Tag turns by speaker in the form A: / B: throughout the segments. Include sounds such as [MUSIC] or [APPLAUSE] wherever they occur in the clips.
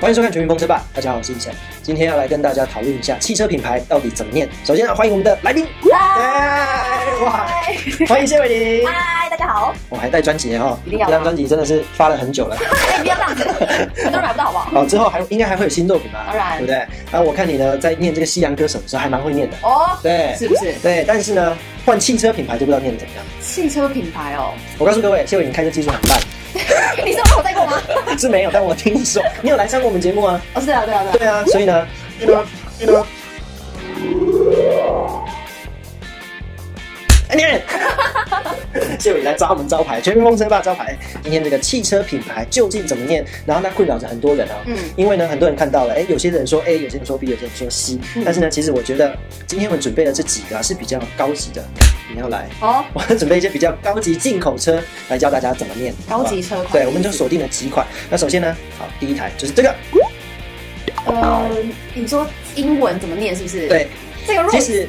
A: 欢迎收看《全民风车吧》，大家好，我是医生，今天要来跟大家讨论一下汽车品牌到底怎么念。首先、啊，欢迎我们的来宾，哎哇，欢迎谢伟玲，
B: 嗨，大家好！
A: 我还带专辑哈，
B: 一
A: 这
B: 定要啊
A: 张专辑真的是发了很
B: [LAUGHS]
A: 久了。
B: 哎、不要这样子，很多人买不到，好不好？
A: 哦，之后还应该还会有新作品吧？
B: 当然
A: 对不对？然后我看你呢，在念这个西洋歌手的时候还蛮会念的，
B: 哦，
A: 对，
B: 是不是
A: 对，但是呢，换汽车品牌就不知道念得怎么样。
B: 汽车品牌哦？
A: 我告诉各位，谢伟玲开车技术很
B: [LAUGHS]
A: 烂，
B: 你是有跟我带过吗？
A: 是没有，但我听说你有来上过我们节目啊？
B: 哦，是啊，对啊，对啊。
A: 对啊，所以呢，哎你看 [LAUGHS] 谢伟来抓我们招牌，全民风车吧招牌。今天这个汽车品牌究竟怎么念？然后它困扰着很多人啊、
B: 嗯
A: 因为呢，很多人看到了，哎，有些人说 A，有些人说 B，有些人说 C，、但是
B: 嗯
A: 呢，其实我觉得今天我们准备的这几个、啊、是比较高级的，你要来。 [LAUGHS]
B: 哦，
A: 我准备一些比较高级进口车来教大家怎么念
B: 高级车
A: 好不
B: 款
A: 好对，我们就锁定了几款。那首先呢，好，第一台就是这个，
B: 呃，你说英文怎么念？是不是？，
A: 对，
B: 这个 r o
A: [LAUGHS] 其实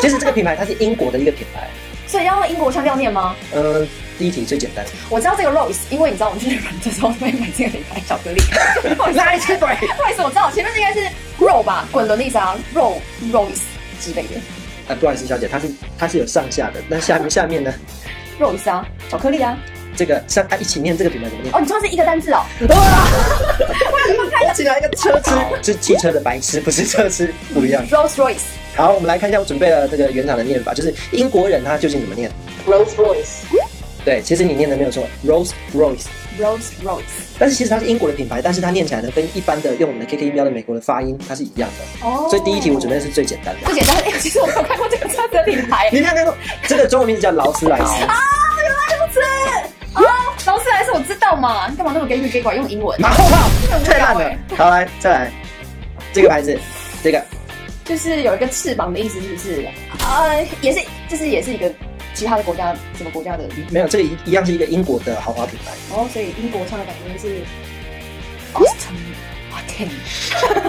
A: 其实这个品牌它是英国的一个品牌。
B: 所以要用英国腔调念吗？
A: 嗯，第一题最简单。 [LAUGHS]
B: 我知道这个 Rose，因为你知道我们去日本的时候会买这个品牌巧克力。 [LAUGHS]
A: 来，这对，
B: Rose，我知道前面应该是 Roll 吧，滚轮的意思啊，Roll Rose 之类的
A: 哎，不好意思，小姐，它是它是有上下的，那 [LAUGHS] 下面下面呢？
B: ，Rose 啊，巧克力啊。
A: 这个像它一起念这个品牌怎么念？
B: 哦，你说的是一个单字哦。
A: 我起来一个车痴，是汽车的白痴，不是车痴，不一样。
B: Rolls Royce。
A: 好，我们来看一下我准备了这个原厂的念法，就是英国人他究竟怎么念？
B: Rolls Royce。
A: 对，其实你念的没有错，Rolls Royce。
B: Rolls Royce。
A: 但是其实它是英国的品牌，但是它念起来呢，跟一般的用我们的 KK 标的美国的发音，它是一样的。
B: 哦
A: 所以第一题我准备的是最简单的。
B: 不简单。哎、其实我没有看过这个车子的品牌。
A: 你看看，这个中文名字叫劳斯莱斯。
B: 啊，原来如此。啊，劳斯莱斯我知道嘛，你干嘛那么给 Q 管用英文？
A: 马后炮
B: 真的无聊
A: 太烂了
B: 欸。
A: 好，来再来，这个牌子，这个
B: 就是有一个翅膀的意思，是不是？呃，也是，就是也是一个其他的国家，什么国家的？
A: 没有，这个一一样是一个英国的豪华品牌。
B: 哦，所以英国唱的感觉是 Austin Martin。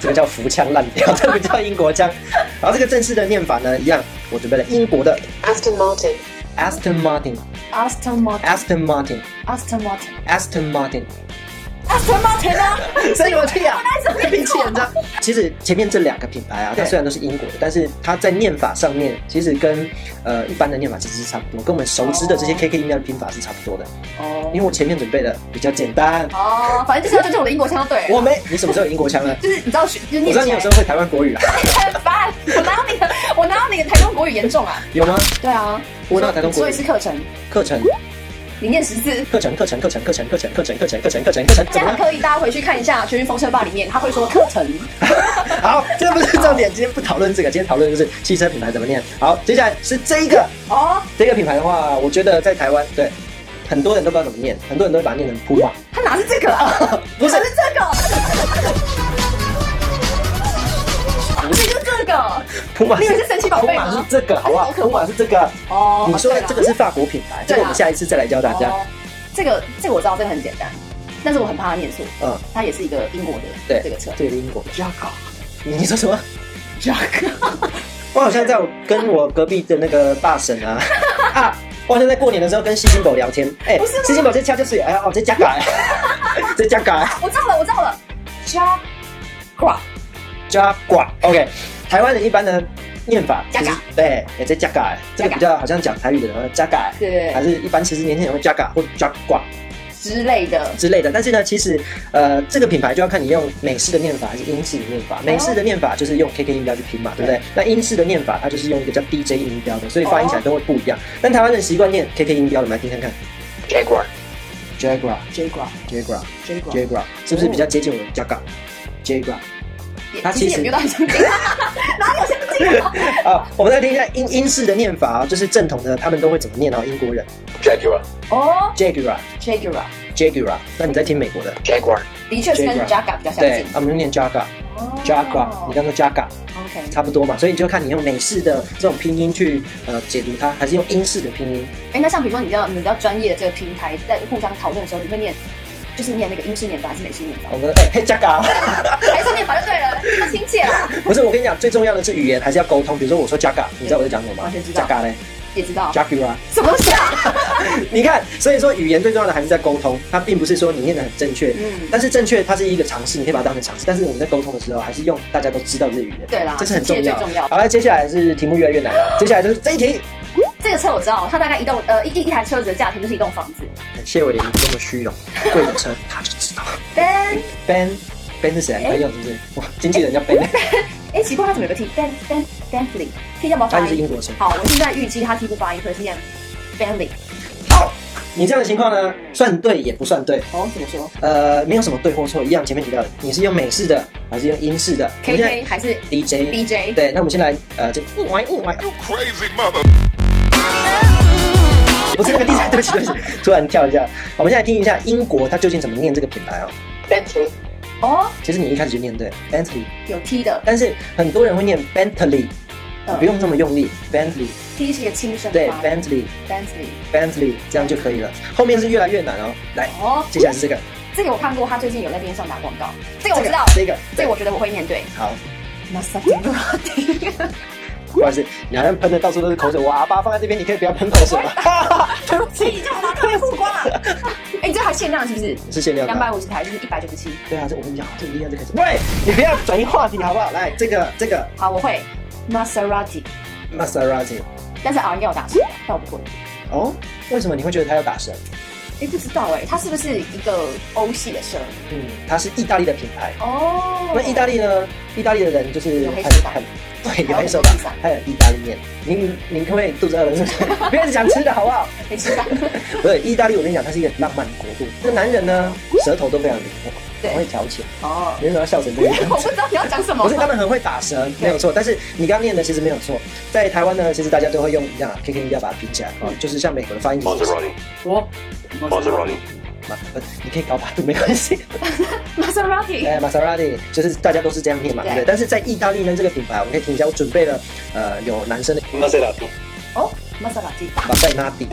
A: 这个叫福腔烂
B: [LAUGHS]
A: 掉，这个叫英国腔。然后这个正式的念法呢，一样，我准备了英国的
C: Aston Martin,
A: Aston Martin、
B: Aston Martin。
A: Aston Martin、
B: Aston Martin。
A: Aston Martin，
B: Aston Martin 啊！
A: 真有趣啊！
B: 本来是
A: 并且你知道，其实前面这两个品牌啊，它
B: 对
A: 虽然都是英国的，但是它在念法上面，其实跟呃一般的念法其实是差不多，跟我们熟知的这些
B: 哦
A: KK 音标的拼法是差不多的。
B: 哦
A: 因为我前面准备的比较简单，
B: 哦，反正就是要就是我的英国腔对了。
A: 我没，你什么时候有英国腔呢？
B: 就是你知道学，就是
A: 我
B: 念
A: 知道
B: 起
A: 你有
B: 来
A: 时候会台湾国语啊，
B: 很烦。我哪有你的，我哪有你的台东国语严重啊？
A: 有吗？
B: 对啊，
A: 我哪有台东国
B: 所
A: 语
B: 以是课程，
A: 课程，
B: 你念十字。
A: 课程，课程，课程，课程，课程，课程，课程，课程，课程，课程，
B: 现
A: 怎
B: 在
A: 么
B: 很
A: 了？
B: 刻意，大家回去看一下《全民风车吧》里面，他会说课程。
A: 好，这不是重点，今天不讨论这个，今天讨论就是汽车品牌怎么念。好，接下来是这一个，
B: 哦，
A: 这个品牌的话，我觉得在台湾对很多人都不知道怎么念，很多人都会把它念成 Puma，
B: 他哪是这个 [LAUGHS] 啊？
A: 不是
B: 哪是这个，
A: 不是
B: 这就是这个。
A: Puma，
B: 你以为是神奇宝贝吗
A: Puma 是这个，好不好
B: 好可恶
A: ？Puma 是这个，
B: 哦
A: 你说的这个是法国品牌，这个我们下一次再来教大家。
B: 哦这个这个我知道，这个很简单，但是我很怕他念错。
A: 嗯，
B: 它也是一个英国的
A: 对，
B: 这个车
A: 这个英国的，
B: ，Jago
A: 你你说什么？
B: Jago。
A: 我好像在我跟我隔壁的那个大婶
B: [LAUGHS]
A: 啊啊，我好像在过年的时候跟西金宝聊天，哎、
B: 不是吗
A: 西金宝在敲就是，哎呀哦，在加改， [LAUGHS] 在加改
B: [LAUGHS] 我知道了，我知道了，Jago。
A: 加挂，OK，台湾人一般的念法
B: 加
A: 其实
B: 嘎
A: 对，也在加改，这个比较好像讲台语的人会加改，
B: 对
A: 还是一般其实年轻人会加改或加挂
B: 之类的，
A: 之类的，但是呢，其实呃，这个品牌就要看你用美式的念法还是英式的念法，美式的念法就是用 KK 音标去拼嘛，哦对不对？那英式的念法它就是用一个叫 DJ 音标的，所以发音起来都会不一样。但台湾人习惯念 KK 音标的，我们来听看看
C: Jaguar,
A: Jaguar
B: Jago
A: Jaguar
B: Jago。
A: Jaguar 是不是比较接近我们 Jaguar Jaguar 它其
B: 其
A: 实
B: 实也没有到很相近，
A: [LAUGHS]
B: 哪有相近啊？
A: 啊？我们再听一下英英式的念法啊，就是正统的他们都会怎么念啊？英国人
C: Jaguar,
B: 哦
A: Jaguar
B: ，Jaguar
A: Jaguar，那你再听美国的，
C: Jaguar,
B: 的确是跟
A: Jaguar
B: Jaga 比较相
A: 对
B: 近，
A: 他们就念 Jaguar
B: 哦
A: Jaguar，你刚说 Jaguar。
B: OK，
A: 差不多嘛，所以你就看你用美式的这种拼音去呃解读它，还是用英式的拼
B: [LAUGHS]
A: 音。
B: 哎，那像比如说你比较你比较专业的这个平台，在互相讨论的时候，你会念，就是念那个英式念法还是美式
A: [LAUGHS]
B: 念法
A: 我？们哎嘿加嘎，
B: 还是念法就对了，那亲切啦。
A: [LAUGHS]
B: [LAUGHS]
A: 不是我跟你讲，最重要的是语言还是要沟通。比如说我说加嘎，你知道我在讲什么吗？
B: 完全知道
A: 加嘎嘞，
B: 也知道
A: Jaguar。
B: 什 [LAUGHS] 么东西啊？
A: 你看，所以说语言最重要的还是在沟通，它并不是说你念得很正确，
B: 嗯，
A: 但是正确它是一个尝试，你可以把它当成尝试。但是我们在沟通的时候，还是用大家都知道这个语言，
B: 对啦
A: 这是很重
B: 这
A: 要
B: 个。最重要
A: 好了，接下来是题目越来越难了，接下来就是这一题。
B: 这个车我知道，它大概一栋呃一一一台车子的价钱就是一栋房子。
A: 感谢伟林这么虚荣，贵的车他就知道。
B: Ben，
A: Ben Ben 是谁？
B: 哎
A: 朋友是不是？哇，经纪人叫 Ben，
B: 哎，奇怪，它怎么有个 T Ben Ben Bentley T 要不要
A: 他
B: 发
A: 就是
B: 音？
A: 英国生。
B: 好，我现在预计它 T 不发音，所以是念 Bentley。
A: 好，你这样的情况呢，算对也不算对，
B: 哦，怎么说
A: 呃，没有什么对或错，一样前面提到的，你是用美式的还是用英式的我们现在
B: ？KK 还是
A: DJ。
B: BJ？
A: 对，那我们先来，呃，这一玩一玩，
D: You crazy mother.
A: 不是那个地产，对不起，对不起，突然跳一下。我们现在听一下英国它究竟怎么念这个品牌哦。
C: Bentley,
B: 哦，
A: 其实你一开始就念对，Bentley，
B: 有 T 的
A: 但是很多人会念 Bentley，
B: 嗯
A: 不用这么用力，Bentley，
B: ，T 是一个轻声
A: 对
B: 发音
A: ，Bentley。
B: Bentley。
A: Bentley 这样就可以了。后面是越来越难哦。来，
B: 哦，
A: 接下来是这个，
B: 这个我看过，他最近有在电视上打广告，这个我知道，
A: 这个，
B: 这
A: 这
B: 个
A: 个
B: 我觉得我会面对。
A: 好，
B: Maserati，
A: 不好意思，你好像喷的到处都是口水，我喇叭放在这边，你可以不要喷口水
B: [LAUGHS]
A: 吗？对不
B: 你
A: 起，
B: 这样把它曝光了。 [LAUGHS] 哎，这还限量是不是？
A: [LAUGHS] 是限量
B: 两百
A: 的。
B: 五十台就是一百九十七。
A: 对啊，这我跟你讲，这一定要就开始。喂，你不要转移话题好不好？来，这个这个
B: 好，我会 Maserati，
A: Maserati，
B: 但是 R 要打折，但我不会。
A: 哦，为什么你会觉得它要打折？
B: 哎，不知道哎，它是不是一个欧系的车？
A: 嗯，它是意大利的品牌。
B: 哦，
A: 那意大利呢？意大利的人就是
B: 有黑
A: 很
B: 手党
A: 很对，有黑手党，还有意大利面。您您可不可以肚子饿了是不
B: [LAUGHS]
A: 是？不要一直讲吃的好不好？
B: 没吃
A: [LAUGHS]
B: 饭。
A: 不是意大利，我跟你讲，它是一个浪漫国度。这个男人呢，舌头都非常灵活，
B: 嗯对
A: 很会调情。
B: 哦，
A: 你为什么要笑成这个样
B: [LAUGHS] 我
A: 子
B: 不？知道你要讲什么
A: 不。是，他们很会打舌，没有错。但是你刚念的其实没有错。在台湾呢，其实大家都会用啊一样 KK 音调把它拼起来，
B: 嗯
A: 哦，就是像美国的发音体系。
D: Maserati.
B: 我
D: Maserati.
A: 马呃你可以搞百度没关系。
B: Maserati，
A: [LAUGHS] 哎，Maserati 就是大家都是这样念嘛，对不对？
B: 对
A: 但是在意大利呢，这个品牌我们可以听一下，我准备了呃有男生的
C: Maserati,
B: 哦，Maserati。
A: 马赛拉
B: [LAUGHS]
A: 蒂，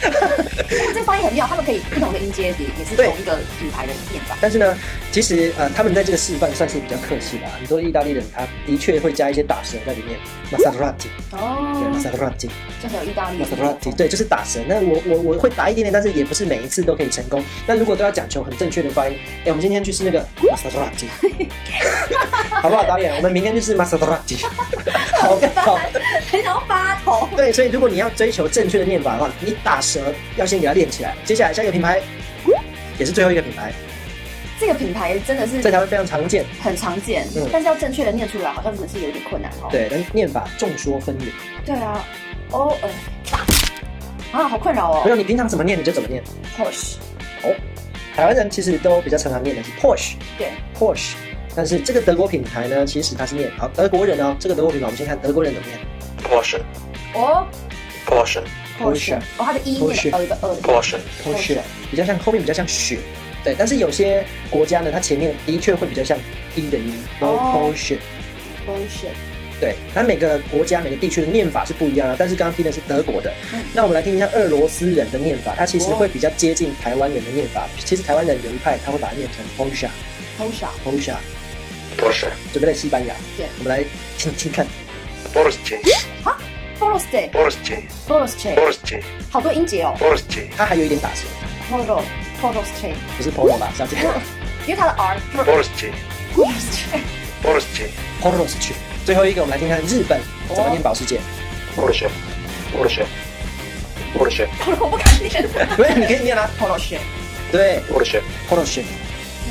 B: 这个发音很妙，他们可以不同的音阶也也是
A: 对
B: 同一个品牌的念法。
A: 但是呢，其实呃，他们在这个示范算是比较客气的、啊。很多意大利人他的确会加一些打舌在里面，Maserati，对
B: 哦，
A: ，Maserati。
B: 就很有意大利
A: m a s e r a t i 对，就是打舌。那我我我会打一点点，但是也不是每一次都可以成功。那如果都要讲求很正确的发音，哎、我们今天去吃那个 m a s e r a t i 好不好，导演？我们明天去吃 m a s e r a t i [LAUGHS] 好不好？
B: 很想要发头。
A: 对，所以如果你要追求正确的念法的话，你打舌要先给它练起来。接下来下一个品牌，也是最后一个品牌，
B: 这个品牌真的
A: 在
B: 是
A: 台湾非常常见。
B: 很常见，
A: 嗯
B: 但是要正确的念出来，好像真的是有点困难哦。
A: 对，但是念法众说纷纭。
B: 对啊，哦呃，啊，好困扰
A: 没
B: 哦。
A: 有，你平常怎么念你就怎么念。哦
B: Porsche，
A: 台湾人其实都比较常常念的是 Porsche。
B: 对
A: Porsche。但是这个德国品牌呢，其实它是念好德国人哦，这个德国品牌我们先看德国人怎么念
C: Porsche,
B: 哦
C: Porsche,
A: Porsche
B: ，Porsche，哦，它的一念
A: Porsche
B: 的呃有个呃的
C: Porsche,
A: Porsche，比较像后面比较像雪，对。但是有些国家呢，它前面的确会比较像 e 的音，然后
B: 哦
A: Porsche，
B: Porsche，
A: 对。它每个国家每个地区的念法是不一样的，但是刚刚听的是德国的
B: 嗯，
A: 那我们来听一下俄罗斯人的念法，它其实
B: 哦
A: 会比较接近台湾人的念法。其实台湾人有一派他会把它念成 Porsche，Porsche，
B: Porsche，
C: Porsche,
A: 准备在西班牙
B: 对，
A: 我们来听听看。
C: Porsche,
B: Porsche，
C: Porsche,
B: Porsche，
C: Porsche,
B: 好多音节哦
C: Porsche,
A: 它还有一点打舌，
B: ，Polo。Porsche，
A: 不是 Polo 吧，小姐
B: 因为它的 R
C: Porsche,
B: Porsche
C: Porsche,
A: Polo 是去。最后一个，我们来听看日本怎么念保时捷。
C: Porsche, Porsche, Porsche,
B: [LAUGHS] 我不敢念
A: 不是，你可以念啊。
B: Porsche，
A: 对
C: Porsche,
A: ，Polo 是。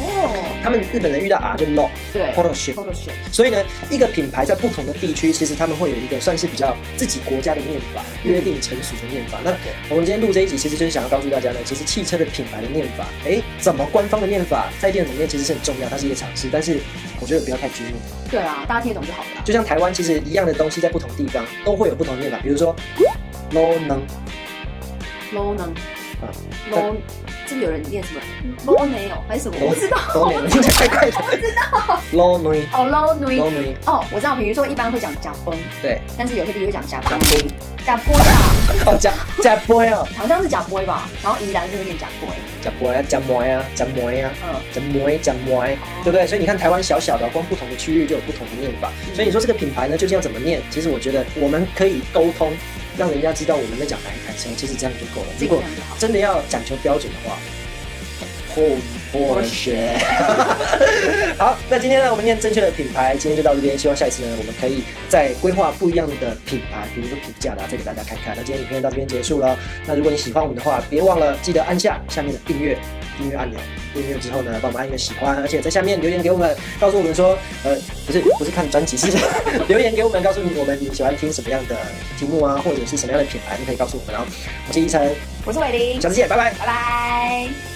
B: 哦，
A: 他们日本人遇到 R 就 no
B: 对
A: Porsche。
B: Porsche，
A: 所以呢，一个品牌在不同的地区，其实他们会有一个算是比较自己国家的念法，约定成熟的念法。那我们今天录这一集，其实就是想要告诉大家呢，其实汽车的品牌的念法，哎，怎么官方的念法在电影里面其实是很重要，它是一个尝试，但是我觉得不要太拘泥。
B: 对啊，大家听得懂就好了。
A: 就像台湾，其实一样的东西在不同地方都会有不同的念法，比如说 no 能
B: low 呢
A: 啊嗯
B: ？low 这里有人念什么 low 没有还是什么？我不
A: [LAUGHS]
B: 知道。
A: 都能，听起来怪怪的，我知道 low 能
B: 哦，low 女
A: low 能，
B: 哦，我知道，比如说一般会讲假崩，
A: 对，
B: 但是有些地方会讲假
A: 假
B: 崩，
A: 波，
B: 假波啊，
A: 哦假假波呀，
B: 好像是假波吧，然后宜兰就会念假波，
A: 假波呀，假摩呀，假摩呀。
B: 嗯，
A: 怎么哎，怎么哎，对不对？所以你看台湾小小的，光不同的区域就有不同的念法。所以你说这个品牌呢，究竟要怎么念？其实我觉得我们可以沟通，让人家知道我们在讲哪一台车，其实这样就够了。如
B: 尽
A: 果
B: 量就好。
A: 真的要讲求标准的话，破破学。 [LAUGHS] 好，那今天呢，我们念正确的品牌，今天就到这边。希望下一次呢，我们可以再规划不一样的品牌，比如说评价的啊，再给大家看看。那今天影片到这边结束了。那如果你喜欢我们的话，别忘了记得按下下面的订阅订阅按钮。订阅之后呢，帮我们按一个喜欢，而且在下面留言给我们，告诉我们说，呃，不是不是看专辑，是留言给我们，告诉你我们你喜欢听什么样的题目啊，或者是什么样的品牌，你可以告诉我们哦。我是依晨，
B: 我是伟玲，
A: 下次见，拜拜。
B: 拜拜。